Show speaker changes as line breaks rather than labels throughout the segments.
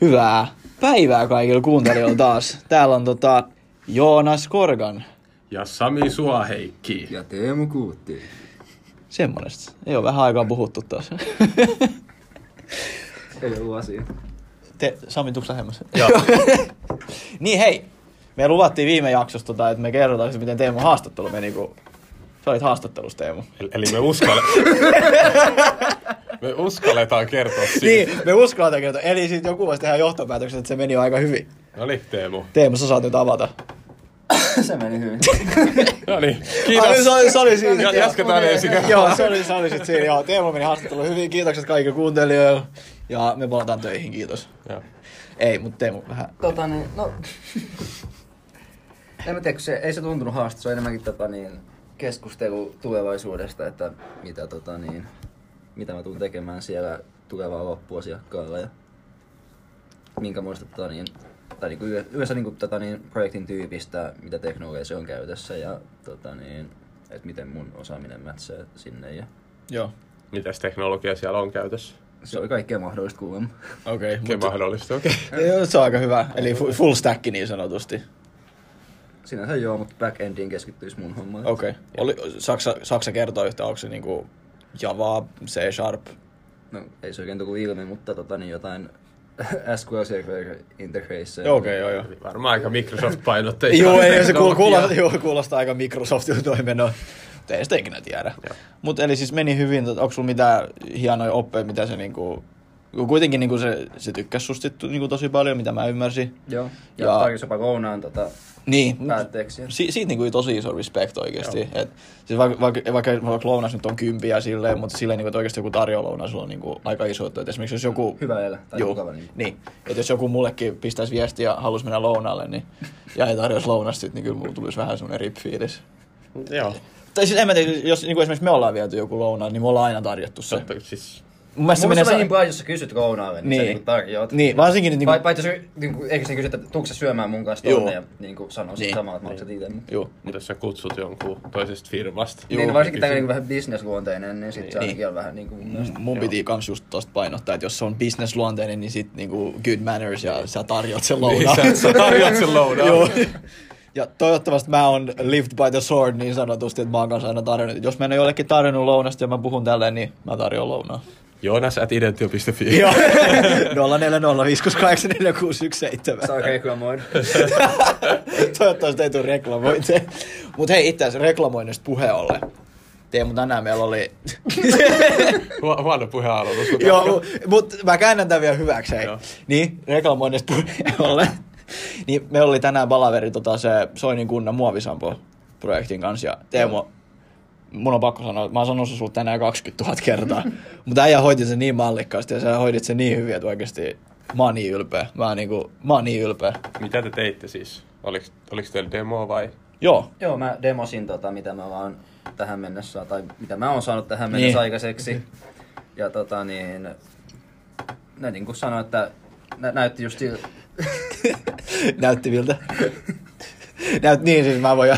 Hyvää päivää kaikille kuuntelijoille taas. Täällä on tota Joonas Korgan.
Ja Sami Suoheikki.
Ja Teemu Kuutti.
Semmonesta. Ei ole vähän aikaa puhuttu taas.
Ei ollut asia.
Te, Sami, tuks lähemmäs? Joo. niin hei, me luvattiin viime jaksossa, tota, että me kerrotaan, miten Teemu haastattelu meni, kun sä olit haastattelussa, Teemu.
El- Eli me, uskalle... me uskalletaan kertoa siitä.
Niin, me uskalletaan kertoa. Eli sitten joku voisi tehdä johtopäätöksen, että se meni aika hyvin.
No niin, Teemu.
Teemu, sä saat nyt avata.
Se meni hyvin.
No niin,
Ai,
kiitos.
se, oli, se oli siinä.
Ja-
joo.
jatketaan ensi kerralla.
Joo, se oli, se oli sit siinä. Joo, Teemu meni haastattelu hyvin. Kiitokset kaikille kuuntelijoille. Ja me palataan töihin, kiitos.
Joo.
Ei, mutta Teemu vähän.
tota niin, no... En mä tiedä, kun se, ei se tuntunut haastattelussa, se on enemmänkin tota niin, keskustelu tulevaisuudesta, että mitä tota niin, mitä mä tuun tekemään siellä tulevaa loppuasiakkaalla ja minkä muista tota niin, tai niinku yle- yleensä niinku tota niin, projektin tyypistä, mitä teknologiaa se on käytössä ja tota niin, että miten mun osaaminen mätsää sinne ja
Joo,
Mitäs teknologia siellä on käytössä?
se oli kaikkea mahdollista kuulemma.
okei.
Okei, mahdollista, okei.
Joo, se on aika hyvä. Eli fu- full stack niin sanotusti.
Sinänsä joo, mutta backendiin keskittyisi mun hommaan.
Okei. Oli, Saksa, Saksa kertoo yhtä, onko se niinku Java, C Sharp?
No, ei se oikein tullut ilmi, mutta tota, niin jotain SQL Server Interface.
Joo, Okei, joo, joo.
Eli Varmaan aika Microsoft-painotteista.
Joo, ei, se kuul- kuulostaa, joo, kuulostaa aika Microsoftin toiminnon. Mutta ei sitä ikinä tiedä. Mutta eli siis meni hyvin, tota, onko sulla mitään hienoja oppeja, mitä se niinku... kun Kuitenkin niinku se, se tykkäsi susta niinku tosi paljon, mitä mä ymmärsin.
Joo. Ja,
Ja-
ja tarjosi jopa lounaan tota,
Niin.
päätteeksi.
Si- siitä niinku tosi iso respect oikeesti. Et, siis vaikka, vaikka, vaikka, vaikka lounas nyt on kympiä silleen, mutta silleen niinku, että oikeesti joku tarjoaa lounaa, sulla on niinku aika iso. juttu. Et esimerkiksi jos joku...
Hyvä elä, tai
Juu,
mukava niinku.
Niin. Et jos joku mullekin pistäisi viestiä ja halusi mennä lounaalle, niin, ja ei tarjoisi lounasta, niin kyllä mulla tulisi vähän semmoinen rip-fiilis.
Joo,
Tai siis en mä tiedä, jos niin kuin esimerkiksi me ollaan viety joku lounaan, niin me ollaan aina tarjottu se.
totta siis...
Mun mielestä se
Mun
menee...
mielestä se
Sa-
on niin paljon, jos sä kysyt lounaalle, niin, niin.
Niin.
sä niinku tarjoat.
niin, varsinkin nyt
Vai,
niinku...
vai jos niinku, eikö se kysy, että tuutko sä syömään mun kanssa
Joo.
tonne ja niinku sanoo sit
Niin.
samaa, että maksat itse.
Juu.
Mutta jos sä kutsut jonkun toisesta firmasta.
Niin, varsinkin tämä niinku vähän bisnesluonteinen, niin sit se ainakin on vähän niinku mun mielestä.
Mm, Mun piti kans just tosta painottaa, että jos se on bisnesluonteinen, niin sit niinku good manners ja sä tarjot sen lounaan.
Niin, sä- sä tarjoat sen lounaan.
Joo. Ja toivottavasti mä oon lived by the sword niin sanotusti, että mä oon kanssa aina tarjonnut. Jos mä en ole jollekin tarjonnut lounasta ja mä puhun tälleen, niin mä tarjoan lounaa.
Joonas at identio.fi.
Joo. 0405684617.
Saa oikein reklamoida.
Toivottavasti ei tule reklamointia. Mut hei, itse asiassa reklamoinnista puhe ollen. Teemu, tänään meillä oli...
Hu- huono puheenaloitus. mutta-
Joo, mu- mut mä käännän tämän vielä hyväksi. Hei.
Joo.
Niin, reklamoinnista puhe ollen. Niin, meillä oli tänään palaveri tota, se Soinin kunnan muovisampo-projektin kanssa. Ja Teemu, mun on pakko sanoa, että mä oon sanonut sen sulle tänään 20 000 kertaa. Mutta äijä hoiti sen niin mallikkaasti ja sä hoidit sen niin hyvin, että oikeesti mä oon niin ylpeä. Mä oon, niinku, mä oon niin ylpeä.
Mitä te teitte siis? Oliko, oliko teillä demoa vai?
Joo,
Joo, mä demosin tota, mitä mä vaan tähän mennessä, saa- tai mitä mä oon saanut tähän mennessä
Niin.
aikaiseksi. Ja tota niin, ne niin kuin sanoin, että nä- näytti just sil-
Näytti miltä. Näyt niin, siis mä voin jo.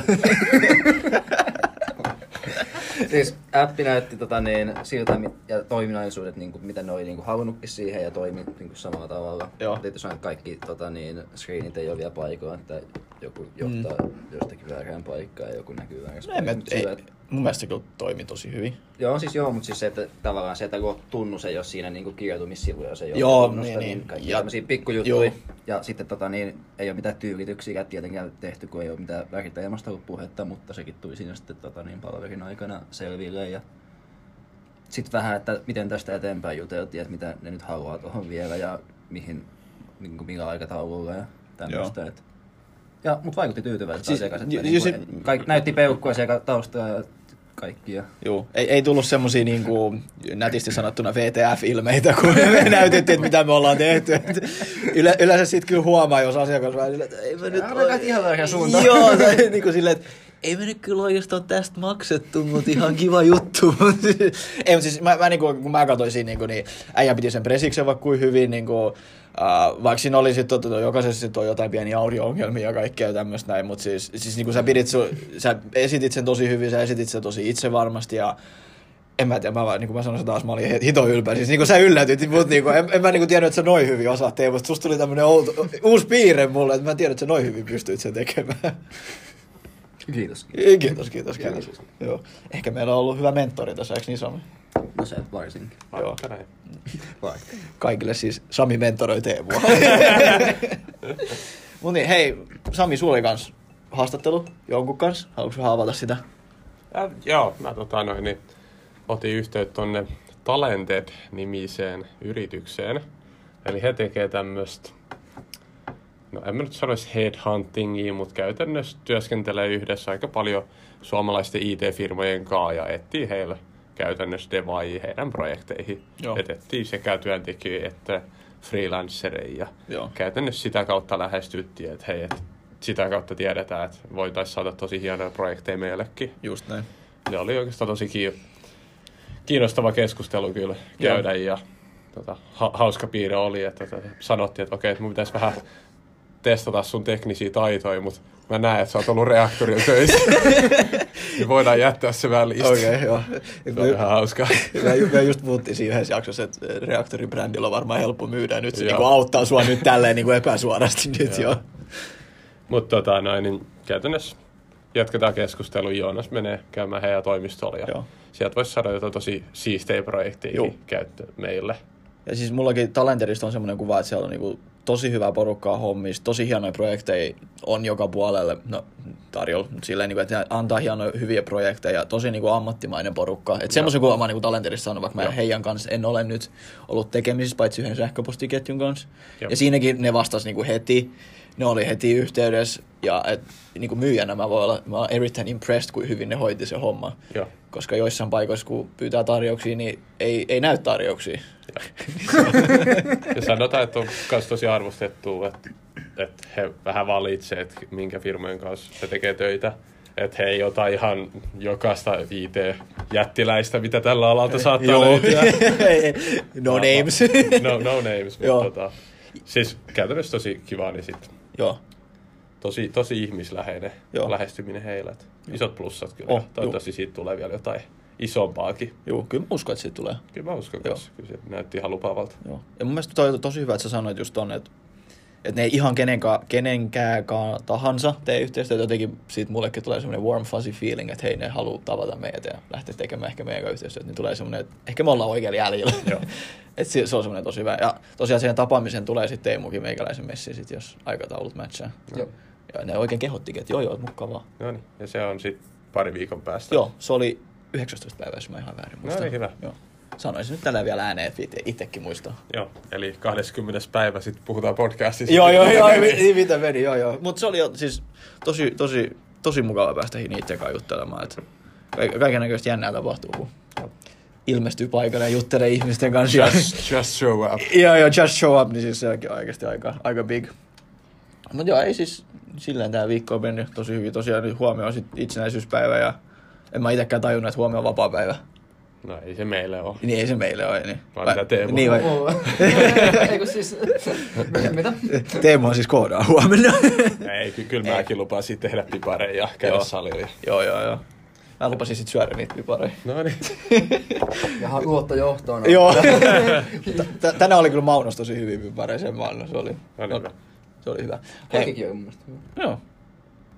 siis appi näytti tota niin, siltä mi- ja toiminnallisuudet, niin kuin, mitä ne oli niin kuin, halunnutkin siihen ja toimi niin kuin, samalla tavalla.
Joo.
Tietysti sanoin, että kaikki tota, niin, screenit ei ole vielä paikoilla, että joku johtaa mm. jostakin väärään paikkaan ja joku näkyy väärässä
No, en mä,
paikassa. Mut
ei,
sillä, että-
mun mielestä se kyllä toimi tosi hyvin.
Joo, siis joo, mutta siis se, että tavallaan se, että kun tunnus ei ole siinä niin kuin kirjoitumissivuja, jos ei ole
Joo,
tunnusta,
niin, niin.
kaikki
Ja-
ja, tämmöisiä pikkujuttuja.
Joo.
Ja sitten tota, niin, ei ole mitään tyylityksiä tietenkään tehty, kun ei ole mitään värittäjämästä ollut puhetta, mutta sekin tuli siinä sitten tota, niin, palaverin aikana selville. Ja sitten vähän, että miten tästä eteenpäin juteltiin, että mitä ne nyt haluaa tuohon vielä ja mihin, niin kuin millä aikataululla ja tämmöistä. Et. Ja, mutta vaikutti tyytyväiseltä
Siis-
siis, asiakas.
ju-
Että,
ju-
niin
sit-
kuin, kaikki, näytti peukkua siellä taustalla ja kaikkia.
Joo. Ei, ei tullut semmosia niinku, nätisti sanottuna VTF-ilmeitä, kun me näytettiin, että mitä me ollaan tehty. Et Yle, yleensä sit kyllä huomaa, jos asiakas vähän silleen, että ei me nyt...
Älä kai ihan väärään suuntaan.
Joo, tai niinku silleen, että ei me nyt kyllä oikeastaan tästä maksettu, mutta ihan kiva juttu. Mut siis- ei, mutta siis mä, mä niinku, kun mä katsoin siinä, niinku, niin äijä piti sen presiksen vaikka kuin hyvin, niinku, Uh, vaikka siinä oli sit, tota, jokaisessa sit on jotain pieniä audio-ongelmia ja kaikkea tämmöistä näin, mutta siis, siis niinku sä, pidit, sun- sä esitit sen tosi hyvin, sä esitit sen tosi itsevarmasti ja en mä tiedä, mä vaan, niin kuin mä sanoin se taas, mä olin hi- hito ylpeä. Siis niin kuin sä yllätyt, mutta niin kuin, en, en, mä niin kuin tiennyt, että sä noin hyvin osaat Teemu. Susta tuli tämmönen outo, uusi piirre mulle, että mä tiedän, että sä noin hyvin pystyit sen tekemään.
Kiitos.
Kiitos, kiitos, kiitos. Joo. Ehkä meillä on ollut hyvä mentori tässä, eikö niin Sami?
No se varsinkin.
Joo.
Vaikka näin.
Vaikka.
Kaikille siis Sami mentoroi Teemua. Mut niin, hei, Sami, sulla oli kans haastattelu jonkun kanssa. Haluatko sä haavata sitä?
Äh, joo, mä tota noin, niin otin yhteyttä tonne Talented-nimiseen yritykseen. Eli he tekee tämmöistä, no en mä nyt sanoisi headhuntingia, mutta käytännössä työskentelee yhdessä aika paljon suomalaisten IT-firmojen kanssa ja etsii heille käytännössä devaajia heidän projekteihin.
Joo.
Et etsii sekä työntekijöitä että freelancereja.
Joo.
Käytännössä sitä kautta lähestyttiin, että hei, et sitä kautta tiedetään, että voitaisiin saada tosi hienoja projekteja meillekin
Just näin.
ne oli oikeastaan tosi kiin- kiinnostava keskustelu kyllä käydä ja tota, ha- hauska piirre oli, että tota, sanottiin, että okei, että mun pitäisi vähän testata sun teknisiä taitoja, mutta mä näen, että sä oot ollut reaktorilla töissä. niin voidaan jättää se välistä.
Okei, okay, joo.
Se on ihan hauskaa.
Me, ju- me just puhuttiin siinä yhdessä jaksossa, että reaktorin brändillä on varmaan helppo myydä. Nyt se
Joo.
niin auttaa sua nyt tälleen niin epäsuorasti nyt joo.
Joo. Mutta tota, noin, niin käytännössä jatketaan keskustelua. Joonas menee käymään heidän toimistolla ja
Joo.
sieltä voisi saada jotain tosi siistejä projekteja
Juu.
käyttöön meille.
Ja siis mullakin Talenterista on semmoinen kuva, että siellä on niinku tosi hyvää porukkaa hommissa, tosi hienoja projekteja on joka puolelle no, tarjolla. mut Silleen, niinku, että ne antaa hienoja, hyviä projekteja, tosi niinku ammattimainen porukka. Et semmoisen kuvan mä oon niinku Talenterista saanut, vaikka mä
Joo.
heidän kanssa en ole nyt ollut tekemisissä, paitsi yhden sähköpostiketjun kanssa.
Joo.
Ja siinäkin ne vastasi niinku heti, ne oli heti yhteydessä. Ja et, niinku myyjänä mä voin olla, mä oon erittäin impressed, kuin hyvin ne hoiti se homma.
Joo.
Koska joissain paikoissa, kun pyytää tarjouksia, niin ei, ei näy tarjouksia.
Ja sanotaan, että on myös tosi arvostettu, että, että he vähän valitsee, että minkä firmojen kanssa he tekee töitä. Että he ei ota ihan jokaista IT-jättiläistä, mitä tällä alalta saattaa
Joo.
löytyä.
no names.
No, no names,
Joo.
mutta tota, siis käytännössä tosi kiva, niin sit
Joo.
tosi, tosi ihmisläheinen
Joo.
Joo. lähestyminen heillä. et Isot plussat kyllä.
Oh,
Oh, Toivottavasti siitä tulee vielä jotain isompaakin.
Joo, kyllä mä uskon, että siitä tulee.
Kyllä mä uskon,
Joo.
että kyllä se näytti ihan lupaavalta.
Joo. Ja mun mielestä toi on tosi hyvä, että sä sanoit just ton, että, että ne ei ihan kenenkaan, kenenkääkaan tahansa tee yhteistyötä. Jotenkin siitä mullekin tulee semmoinen warm fuzzy feeling, että hei ne haluaa tavata meitä ja lähteä tekemään ehkä meidän kanssa yhteistyötä. Niin tulee semmoinen, että ehkä me ollaan oikealla jäljellä.
Joo.
Et se, se on semmoinen tosi hyvä. Ja tosiaan siihen tapaamiseen tulee sitten Teemukin meikäläisen messiin, sit, jos aikataulut matchaa.
Joo.
Ja ne oikein kehottikin, että joo joo, mukavaa.
No niin, ja se on sitten pari viikon päästä.
Joo, No se oli 19. päivä, jos mä ihan väärin muistan.
niin, hyvä.
Joo. Sanoisin nyt tällä vielä ääneen, että itse- itsekin muistaa.
Joo, eli 20. päivä sitten puhutaan podcastissa.
joo, joo, joo, mi- mitä meni, joo, joo. Mutta se oli jo- siis tosi, tosi, tosi mukava päästä niiden kanssa juttelemaan. Et kaiken näköistä jännää tapahtuu, kun ilmestyy paikalle ja juttelee ihmisten kanssa. ja-
Just, just show up.
Joo, joo, just show up, niin siis se onkin oikeasti aika, aika big. Mutta joo, ei siis silleen tämä viikko on mennyt tosi hyvin. Tosiaan nyt huomioon sit itsenäisyyspäivä ja en mä itsekään tajunnut, että huomioon vapaa päivä.
No ei se meille ole.
Niin ei se meille ole. Niin.
Vaan mitä Teemu
Niin, vai,
Eiku siis... Mitä?
Teemu on siis koodaa huomenna.
Ei, ky- kyllä mäkin lupaan sitten tehdä pipareja ja käydä
Joo.
salilla.
joo, joo, joo. Mä lupasin sit syödä niitä pipareja.
No niin.
Jaha, luotto johtoon.
Joo. T- t- Tänään oli kyllä Maunos tosi hyvin pipareja, sen mä annan. Se oli,
No niin, hyvä.
se oli hyvä.
Kaikkikin on mun mielestä. hyvä.
Joo.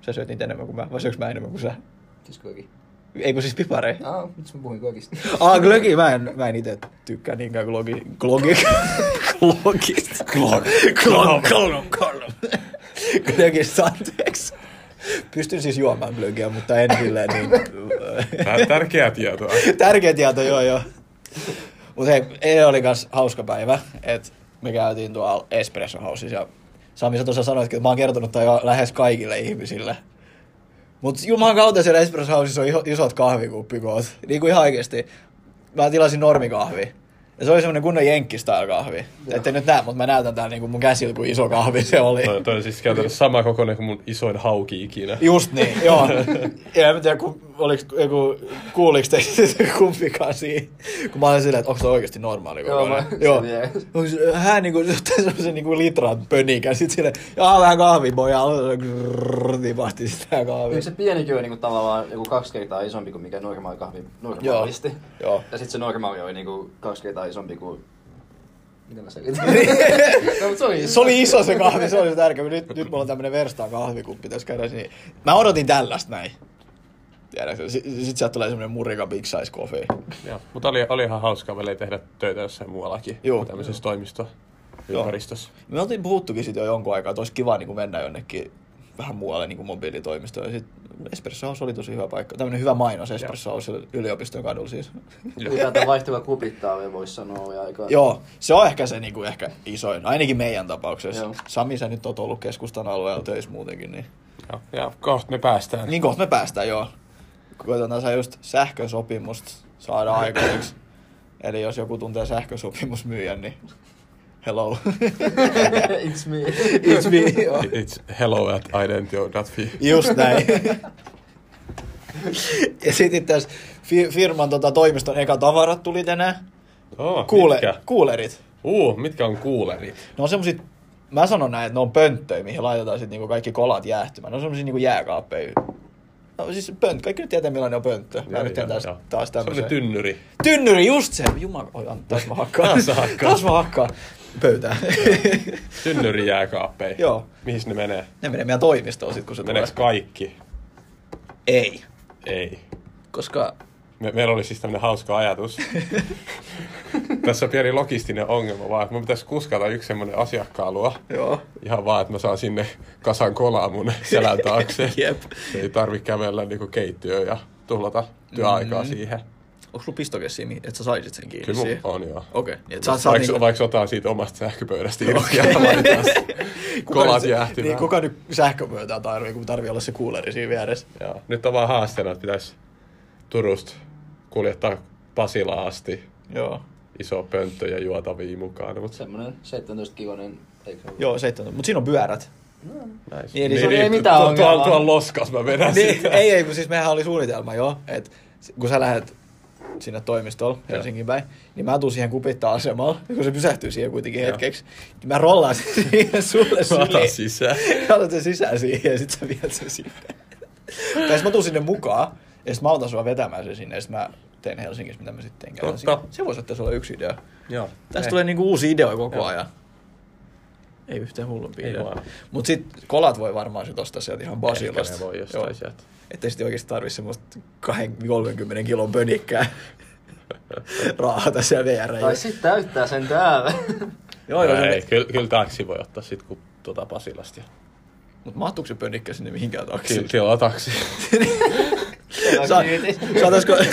Sä syöt niitä enemmän kuin mä, vai syöks mä enemmän kuin sä?
Siis kaikki.
Ei kun siis pipareja.
Aa, nyt mä puhuin kaikista.
Ah, glögi, mä en, mä en itse tykkää niinkään glogi, glogi, glogista. Glog, glog, glog, glog. Glögistä anteeksi. Pystyn siis juomaan glögiä, mutta en silleen niin.
Tämä on tärkeää tietoa.
Tärkeä tieto, joo joo. Mutta hei, eilen oli kans hauska päivä, että me käytiin tuolla Espresso Housessa ja Sami, sä tuossa sanoitkin, että mä oon kertonut tämän jo lähes kaikille ihmisille. Mutta jumalan kautta siellä Espresso Houseissa on iho- isot kahvikuppi koot. Niinku ihan oikeesti. Mä tilasin normikahvi. Ja se oli semmoinen kunnon jenkkistyle kahvi. Ette nyt näe, mutta mä näytän täällä niinku mun käsillä, kuin iso kahvi se oli.
Toi, toi on siis käytännössä sama kokoinen kuin mun isoin hauki ikinä.
Just niin, joo. ja en mä tiedä, ku, oliks, ku, kuuliks te sitten kumpikaan siinä. Kun mä olin silleen, että onko se oikeasti normaali kokoinen.
Joo, mä- se
Onko se- hän niinku, se ottaa semmosen niinku litran pönikän, sit silleen, jaa vähän kahvipoja, grrrr, tipahti sitä kahvia.
Kyllä se pienikin oli niinku tavallaan joku kaksi kertaa isompi kuin mikä normaali kahvi normaalisti.
Joo.
Ja sitten se normaali oli niinku kaksi kertaa isompi kuin... Miten mä selitän? no, mut se oli
Niin. Se oli iso se kahvi, se oli se tärkeä. Nyt, nyt mulla on tämmönen verstaan kahvikuppi tässä kädessä. Niin... Mä odotin tällaista näin. Tiedätkö, sit, sit sieltä tulee semmonen murika big size coffee.
Joo, mutta oli, oli ihan hauskaa välillä tehdä töitä jossain muuallakin.
Joo.
Tämmöisessä toimistoympäristössä.
Me oltiin puhuttukin siitä jo jonkun aikaa, että olisi kiva niin kuin mennä jonnekin vähän muualle niin kuin mobiilitoimistoon. Ja sit Espresso House oli tosi hyvä paikka. Tämmönen hyvä mainos Espresso House yliopiston kadulla siis.
Ylipäätään vaihtuva kupittaa oli, voisi sanoa, oli aika...
Joo, se on ehkä se niin kuin ehkä isoin, ainakin meidän tapauksessa.
Joo.
Sami, sä nyt oot ollut keskustan alueella töissä muutenkin, niin...
Joo. Ja kohta me päästään.
Niin kohta me päästään, joo. Koitetaan saa just sähkösopimusta saada aikaiseksi. Eli jos joku tuntee sähkösopimusmyyjän, niin hello.
It's me.
It's me. joo.
It's hello at identio.fi.
Just näin. ja sit itse asiassa fi- firman tota, toimiston eka tavarat tuli tänään.
Oh,
Kuule-
Mitkä?
kuulerit.
Uu, mitkä on kuulerit?
Ne on semmosit, mä sanon näin, että ne on pönttöjä, mihin laitetaan sit niinku kaikki kolat jäähtymään. Ne on semmosia niinku jääkaappeja. No siis pönttö, kaikki nyt tietää millainen on pönttö. Mä
Joo,
nyt teen
joo,
taas,
joo.
taas
Se
tämmösen.
on se tynnyri.
Tynnyri, just se! Jumala, oi, an- taas mä hakkaan.
Taas sä hakkaat.
taas mä hakkaan. Pöytään.
Tynnyri jääkaappeja.
Joo.
Mihin ne menee?
ne menee meidän toimistoon sit, kun se
Meneekö
tulee.
kaikki?
Ei.
Ei.
Koska
Me, meillä oli siis tämmöinen hauska ajatus. Tässä on pieni logistinen ongelma vaan, että mun pitäisi kuskata yksi semmoinen asiakkaalua.
Joo.
Ihan vaan, että mä saan sinne kasan kolaa mun selän taakse.
Jep.
Ei tarvi kävellä niinku keittiöön ja tuhlata työaikaa
Mm-hmm.
mm. siihen.
Onko sulla pistokessiä, mihin- että sä saisit sen kiinni
Kyllä mun
siihen?
on joo.
Okei, okay. niin et sä
Vaikka,
saat
vaikka,
niinku...
vaikka otan siitä omasta sähköpöydästä irti ja laitetaan se kolat
nyt,
jäähtymään.
niin, kuka nyt sähköpöytää tarvii, kun tarvii olla se kuuleri siinä vieressä?
Joo. Nyt on vaan haasteena, että pitäisi Turusta kuljettaa Pasilaan asti
Joo.
iso pönttö ja juotavia mukaan. No, Mutta
Semmonen 17-kilonen, eikö se ollut?
Joo, 17. Mutta siinä on pyörät.
Näin.
Niin, eli se ei
mitään
tuo-
ongelmaa.
Tuolla, tuolla loskas mä vedän
niin,
sitä.
ei, ei, kun siis mehän oli suunnitelma jo, että kun sä lähdet sinne toimistolle Helsingin päin, niin mä tuun siihen kupittaa asemalle, kun se pysähtyy siihen kuitenkin
Joo.
hetkeksi, niin mä rollaan sen siihen sulle
Mä otan
syliin.
sisään.
Sä otat sen sisään siihen ja sit sä viet sen sinne. tai sit mä tuun sinne mukaan, ja sit mä autan sua vetämään sen sinne, ja sit mä teen Helsingissä, mitä mä sitten teen. käydään
Totta.
siinä. Se voisi olla olla yksi idea.
Joo.
Tästä
Ei.
tulee niinku uusi idea koko
Joo.
ajan. Ei yhtään hullumpia
Ei
idea.
vaan.
Mut sit kolat voi varmaan sit ostaa sieltä ihan Basilasta.
Ehkä ne voi jostain
Joo.
sieltä.
Ettei sitten oikeesti tarvi semmoista 20-30 kilon pönikkää raahata siellä VR.
Tai sit täyttää sen täällä.
Joo, joo.
No ei,
Ei.
kyllä, kyllä taksi voi ottaa sit kun tuota Pasilasta.
Mut mahtuuko se pönikkä sinne mihinkään
Kyllä,
taksiin?
kyllä on taksi.
Sa- Saataisko...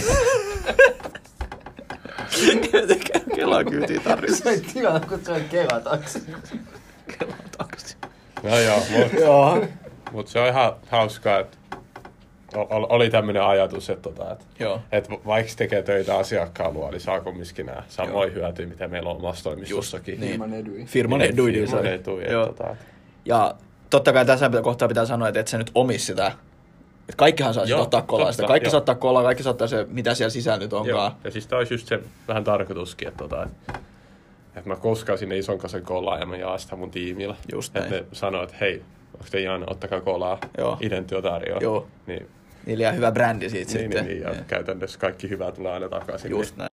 Kelaa kyytiin
Se
tarvitsee.
on tilanne, kun se on kelataksi.
Kelaa taksi.
No joo, mut,
Joo.
mut se on ihan hauskaa, että o- oli tämmöinen ajatus, että, tota, että
Joo.
et va- vaikka se tekee töitä asiakkaan luo, niin saa kumminkin nämä samoja hyötyjä, mitä meillä on omassa toimistossakin.
niin.
Ilman edyi.
Firman eduidi.
Firman eduidi,
Joo.
tota, että-
Ja totta kai tässä pitää- kohtaa pitää sanoa, että et sä nyt omi sitä. Et kaikkihan saa sitä
Joo,
ottaa kolaa sitä.
totta,
Kaikki
joo.
saa ottaa kolaa, kaikki saa ottaa se, mitä siellä sisällä nyt onkaan.
Joo. Ja siis tää olisi just se vähän tarkoituskin, että, tota, että, että mä koskaan sinne ison kanssa kolaa ja mä jaan sitä mun tiimillä.
Just
että ne
näin.
sanoo, että hei, onko te Jan, ottakaa kolaa,
Joo.
identio tarjoaa.
Joo.
Niin,
Niillä jää hyvä brändi siitä
niin,
sitten.
niin, niin, ja käytännössä kaikki hyvä tulee aina takaisin. Niin
Just näin.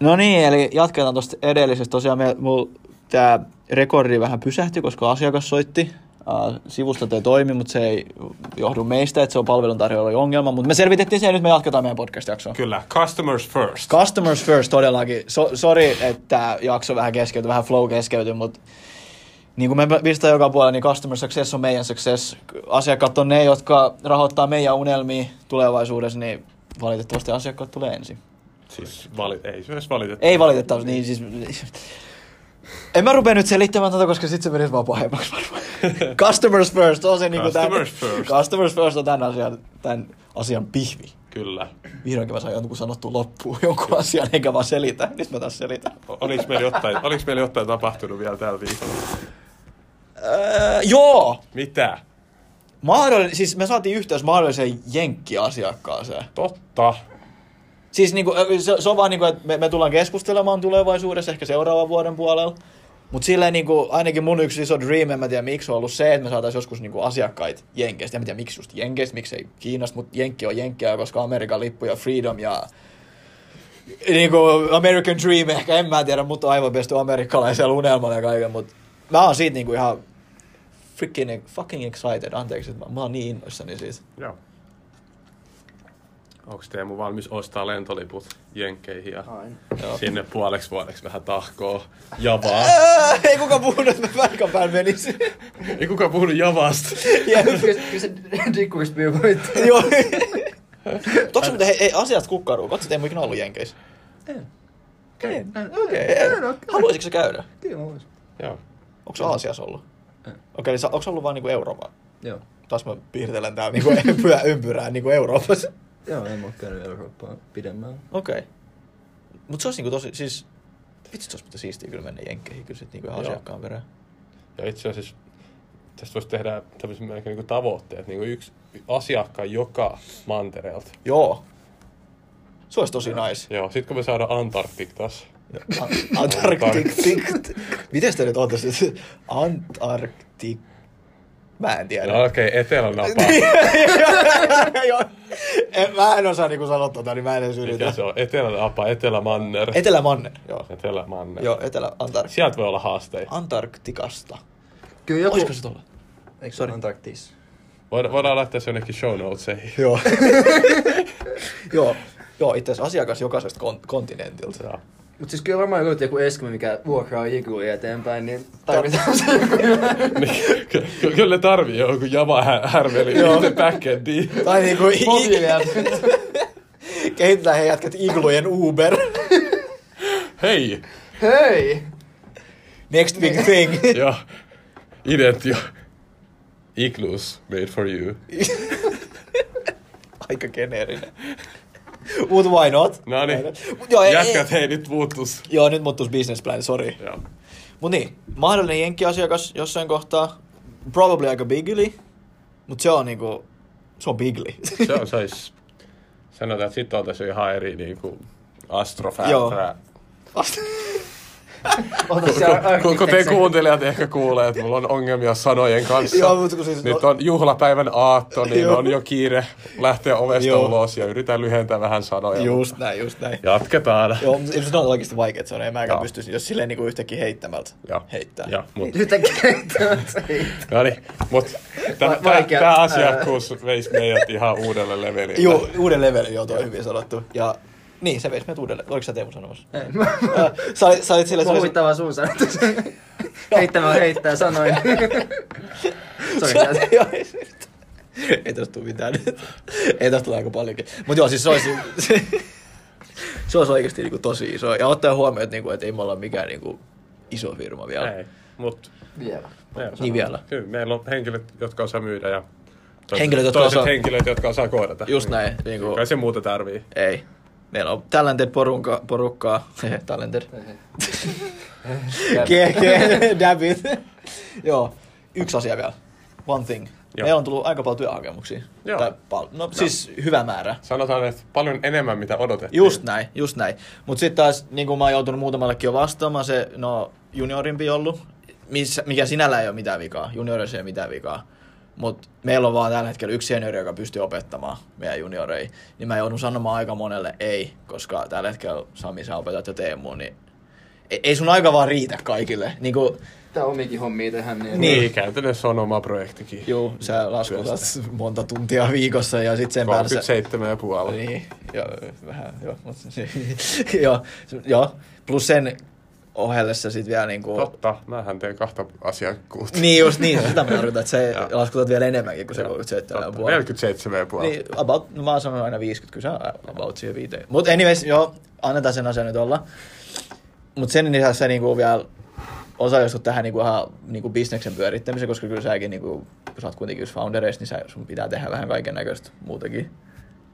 No niin, eli jatketaan tuosta edellisestä. Tosiaan me, mul, tämä rekordi vähän pysähtyi, koska asiakas soitti. Uh, sivustot ei toimi, mutta se ei johdu meistä, että se on palveluntarjoajalla ongelma. Mutta me selvitettiin se ja nyt me jatketaan meidän podcast-jaksoa.
Kyllä, customers first.
Customers first todellakin. So, sorry, että jakso vähän keskeytyi, vähän flow keskeytyi, mutta niin kuin me pistää joka puolella, niin customer success on meidän success. Asiakkaat on ne, jotka rahoittaa meidän unelmia tulevaisuudessa, niin valitettavasti asiakkaat tulee ensin.
siis vali- ei se olisi valitettu.
Ei valitettavasti, niin siis... En mä rupea nyt selittämään tätä, koska sit se menisi vaan pahemmaksi varmaan. Customers first on se niinku tän,
Customers first.
Customers first on tän asian, tän asian pihvi.
Kyllä.
Vihdoinkin mä sain jonkun sanottu loppuun jonkun asian, enkä vaan selitä. Nyt mä taas selitän.
O- Oliks meillä jotain, oliks meillä jotain tapahtunut vielä tällä viikolla?
Öö, joo!
Mitä?
Mahdollinen, siis me saatiin yhteys mahdolliseen jenkkiasiakkaaseen.
Totta.
Siis niinku, ö, se, se on vaan niinku, että me, me tullaan keskustelemaan tulevaisuudessa, ehkä seuraavan vuoden puolella. Mutta silleen niinku, ainakin mun yksi iso dream, en mä tiedä miksi, on ollut se, että me saataisiin joskus niinku asiakkaita Jenkeistä. En mä tiedä miksi just Jenkeistä, miksei Kiinasta, mutta Jenkki on Jenkkiä, koska Amerikan lippu ja Freedom ja niinku American Dream ehkä, en mä tiedä, mutta on aivan pesty amerikkalaisella unelmalla ja kaiken, mutta mä oon siitä niinku ihan freaking fucking excited, anteeksi, että mä, mä oon niin innoissani siitä.
Joo. Onko Teemu valmis ostaa lentoliput Jenkkeihin ja
Aina.
Joo.
sinne puoleksi vuodeksi vähän tahkoo javaa?
Ää, ei kukaan puhunut, että mä paikan päällä menisin.
Ei kukaan puhunut javasta.
Jep.
Kyllä kyllä se Dick Westby voittaa.
Joo. Toksa muuten, hei, hei asiasta kukkaruu. Oletko teemu ikinä ollut Jenkeissä?
Okei.
Okei, ei. Haluaisitko sä käydä?
Kyllä mä voisin.
Joo.
Onko se Aasiassa ollut?
Ei.
Okei, okay, eli onko ollut vaan niinku Eurooppa?
Joo.
Taas mä piirtelen tää niinku ympyrää, ympyrää niinku Euroopassa.
Joo, en mä oo käynyt Eurooppaa pidemmään.
Okei. Okay. Mut se olisi niinku tosi, siis... Vitsi, se olisi muuten siistiä kyllä mennä Jenkkeihin kyllä sit niinku ihan
Joo.
asiakkaan perään.
Ja itse asiassa tästä voisi tehdä tämmöisen melkein niin tavoitteet, niin kuin yksi asiakkaan joka mantereelta.
Joo. Se olisi tosi nice.
Joo, sitten kun me saadaan Antarktik taas.
A- Antarktik. Miten te nyt ootte sit? Antarktik. Mä en tiedä.
No okei, okay, etelänapa.
Niin. Joo. En- mä en osaa niinku sanoa tota, niin mä en edes
Mikä
yritä.
se on? Etelänapa, Etelämanner.
Etelämanne. Joo.
Etelämanner.
Joo, Etelä-Antarktikasta.
Sieltä voi olla haasteita.
Antarktikasta.
Kyllä joku...
Olisiko se tolla?
Eikö se Antarktis?
Voidaan, voidaan laittaa se jonnekin show notesihin.
Joo. Joo. Joo, itse asiassa asiakas jokaisesta kon- kontinentilta.
Joo.
Mut siis kyllä varmaan joku, joku eskimo, mikä vuokraa jikuja eteenpäin, niin tarvitaan se joku.
Niin, ky- ky- kyllä ne tarvii joku java hä- härveli yhden backendiin.
Tai niinku i-
Mobiilia.
i- kehitetään he jätkät iglujen Uber.
Hei!
Hei!
Next
Niin.
big thing.
Ja identio. Iglus made for you.
Aika geneerinen. Mut why not?
No niin.
Mut Joo, ei, ei.
Jätkät, hei nyt muuttus.
Joo, nyt muuttuis business plan, sorry.
Joo.
Mut niin, mahdollinen jenkkiasiakas jossain kohtaa. Probably aika bigly. Mut se on niinku, se on bigly.
Se on sais... Sanotaan, että sit oltais jo ihan eri niinku
Joo.
astrofääträä.
Ota se ar-
Kun, kun te kuuntelijat ehkä kuulee, että mulla on ongelmia sanojen kanssa.
Joo, mutta kun siis-
Nyt on juhlapäivän aatto, niin
Joo.
on jo kiire lähteä ovesta
Joo.
ulos ja yritän lyhentää vähän sanoja.
just näin, just näin.
Jatketaan.
Joo, mutta se on oikeasti vaikea, se on, en mäkään
Joo.
pystyisi, jos silleen niinku yhtäkkiä heittämältä
Joo.
heittää.
Joo, mut,
Nyt en kehittynyt.
no niin, mut tämä
Va- vaikea.
tää asiakkuus veisi meidät ihan uudelle levelille.
Joo, uuden levelin, joo, toi on hyvin sanottu. Ja niin, se veisi meidät uudelle. Oliko sä Teemu sanomassa?
En. Mä
Ää, sä, olit- sä olit silleen,
oon
että se
huvittavaa suun sanottu. Heittämään heittää sanoin. Sori, tää-
olisi... Joo, ei se mitään. Ei tästä tule mitään nyt. Ei tästä tule aika paljonkin. Mut joo, siis se olisi... Se, se olisi oikeasti niinku tosi iso. Ja ottaen huomioon, että, niinku, että ei me olla mikään niinku iso firma vielä.
Ei, mut...
Vielä.
meillä on-
Niin vielä.
Kyllä, meillä on henkilöt, jotka osaa myydä ja... toiset-
Henkilöt, jotka
toiset
osaa-
henkilöt, jotka osaa koodata. Niin.
Just näin. Niinku,
Kai se muuta tarvii.
ei. Meillä on talented porunka, porukkaa. talented. Keke, David. Joo, yksi asia vielä. One thing. Joo.
Joo.
Meillä on tullut aika paljon työhakemuksia.
Joo.
Tai pal- no, siis hyvä määrä.
Sanotaan, että paljon enemmän mitä odotettiin.
Just näin, just näin. Mut sitten taas, niin kuin mä oon joutunut muutamallekin jo vastaamaan, se no juniorimpi ollut, missä, mikä sinällään ei ole mitään vikaa, juniorissa ei ole mitään vikaa. Mut meillä on vaan tällä hetkellä yksi seniori, joka pystyy opettamaan meidän junioreihin. Niin mä joudun sanomaan aika monelle ei, koska tällä hetkellä Sami, sä opetat jo Teemu, niin ei, ei sun aika vaan riitä kaikille. Niin kuin,
Tää on omikin hommia tehdä niin.
Niin.
Niin, käytännössä on oma projektikin.
Joo, sä laskutat monta tuntia viikossa ja sitten sen päälle sä...
37 ja puoli. Niin.
Niin, joo, vähän, joo. mutta se- joo, se- joo. Plus sen ohelle sä sit vielä niinku...
Totta, mähän teen kahta asiakkuutta.
Niin just niin, sitä mä tarkoitan, että sä
Joo.
laskutat vielä enemmänkin kuin se
Joo,
37 ja
Totta,
puoli.
47 ja puoli.
Niin, about, no mä oon sanonut aina 50, kyllä se on about siihen viiteen. Mut anyways, joo, annetaan sen asian nyt olla. Mut sen lisäksi sä niinku vielä osallistut tähän niinku ihan niinku bisneksen pyörittämiseen, koska kyllä säkin niinku, kun sä oot kuitenkin yksi foundereista, niin sä, sun pitää tehdä vähän kaiken näköistä muutakin.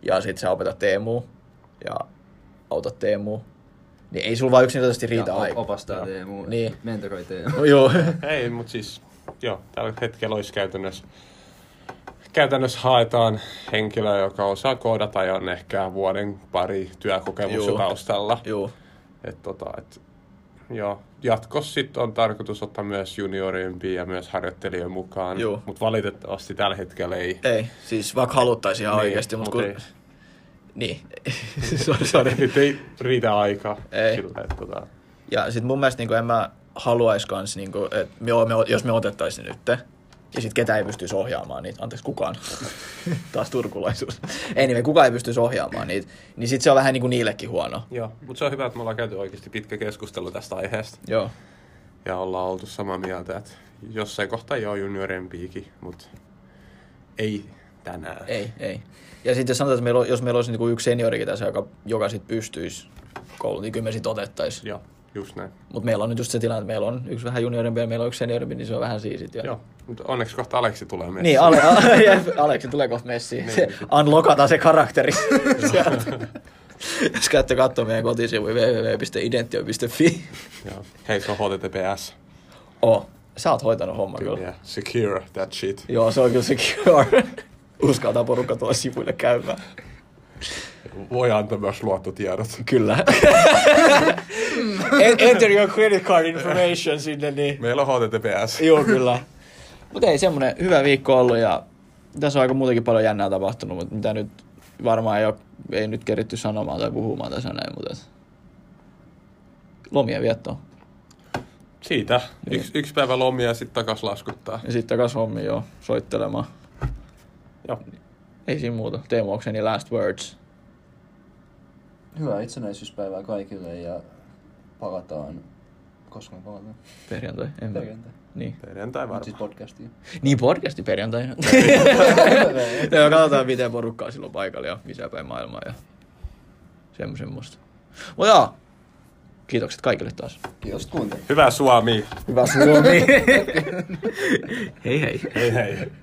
ja sit sä opetat Teemua ja autat Teemua, niin ei sulla vaan yksinkertaisesti riitä
ja op-
aikaa.
opastaa
Joo.
Teemu,
Niin.
mentoroi Teemu.
No, joo.
Ei, mutta siis joo, tällä hetkellä olisi käytännössä, käytännössä haetaan henkilöä, joka osaa koodata ja on ehkä vuoden pari työkokemusta
Juu.
taustalla.
joo.
Et, tota, et, joo. Jatkossa sit on tarkoitus ottaa myös juniorimpia ja myös harjoittelijoita mukaan,
Juu.
mutta valitettavasti tällä hetkellä ei.
Ei, siis vaikka haluttaisiin ihan
Niin,
oikeasti, mutta
mut
kun...
ei.
Niin, sorry, sorry.
Nyt ei riitä aikaa.
Ei.
Sillä, et, tota,
Ja sit mun mielestä niin en mä haluais kans, niin kuin, että me, me, jos me otettaisiin nyt, ja sit ketä ei pystyisi ohjaamaan niitä, anteeksi kukaan, taas turkulaisuus. Ei niin, kukaan ei pystyisi ohjaamaan niitä, niin sit se on vähän niin kuin niillekin huono.
joo, mutta se on hyvä, että me ollaan käyty oikeasti pitkä keskustelu tästä aiheesta.
Joo,
ja ollaan oltu samaa mieltä, että jossain kohtaa joo juniorempiikin, mutta ei tänään.
ei, ei. Ja sitten jos sanotaan, että meillä, on- jos meillä olisi niin kuin yksi seniorikin tässä, joka, joka sit pystyisi kouluun, niin kyllä me sit otettaisiin.
Joo, just näin.
Mutta meillä on nyt just se tilanne, että meillä on yksi vähän juniorimpi ja meillä on yksi seniorimpi, niin se on vähän siisit. Ja...
Joo, mutta onneksi kohta Aleksi tulee messiin.
Niin, Ale, Ale, jep, Aleksi tulee kohta messiin. Se, unlockataan se karakteri sieltä. Jos käytte katsoa meidän kotisivuja www.identio.fi.
Joo. Hei, se on HTTPS.
Oh, sä oot hoitanut homman kyllä.
Yeah. Secure that shit.
Joo, se on kyllä secure. Uskaltaa porukka tuolla sivuille käymään.
Voi antaa myös luottotiedot.
Kyllä. En- Enter your credit card information sinne, niin...
Meillä on HTTPS.
Joo, kyllä. Mutta ei semmonen hyvä viikko ollut ja tässä on aika muutenkin paljon jännää tapahtunut, mutta mitä nyt varmaan ei, ole, ei nyt keritty sanomaan tai puhumaan tässä näin, mutta et. lomien viettoon.
Siitä.
Niin.
Yksi, yksi päivä lomia ja sitten takas laskuttaa.
Ja sitten takas hommi joo, soittelemaan.
Joo.
Ei siinä muuta. Teemu, onko niin last words?
Hyvää itsenäisyyspäivää kaikille ja palataan. Koska me palataan?
Perjantai. En mä-
Perjantai.
Niin.
Perjantai
Mut
varmaan.
siis podcastiin.
Niin podcasti perjantaina. ja katsotaan miten porukkaa silloin paikalla ja missä päin maailmaa ja semmoisen muista. Mutta joo, kiitokset kaikille taas.
Kiitos kuuntelusta.
Hyvää Suomi.
Hyvä Suomi. hei hei.
Hei hei.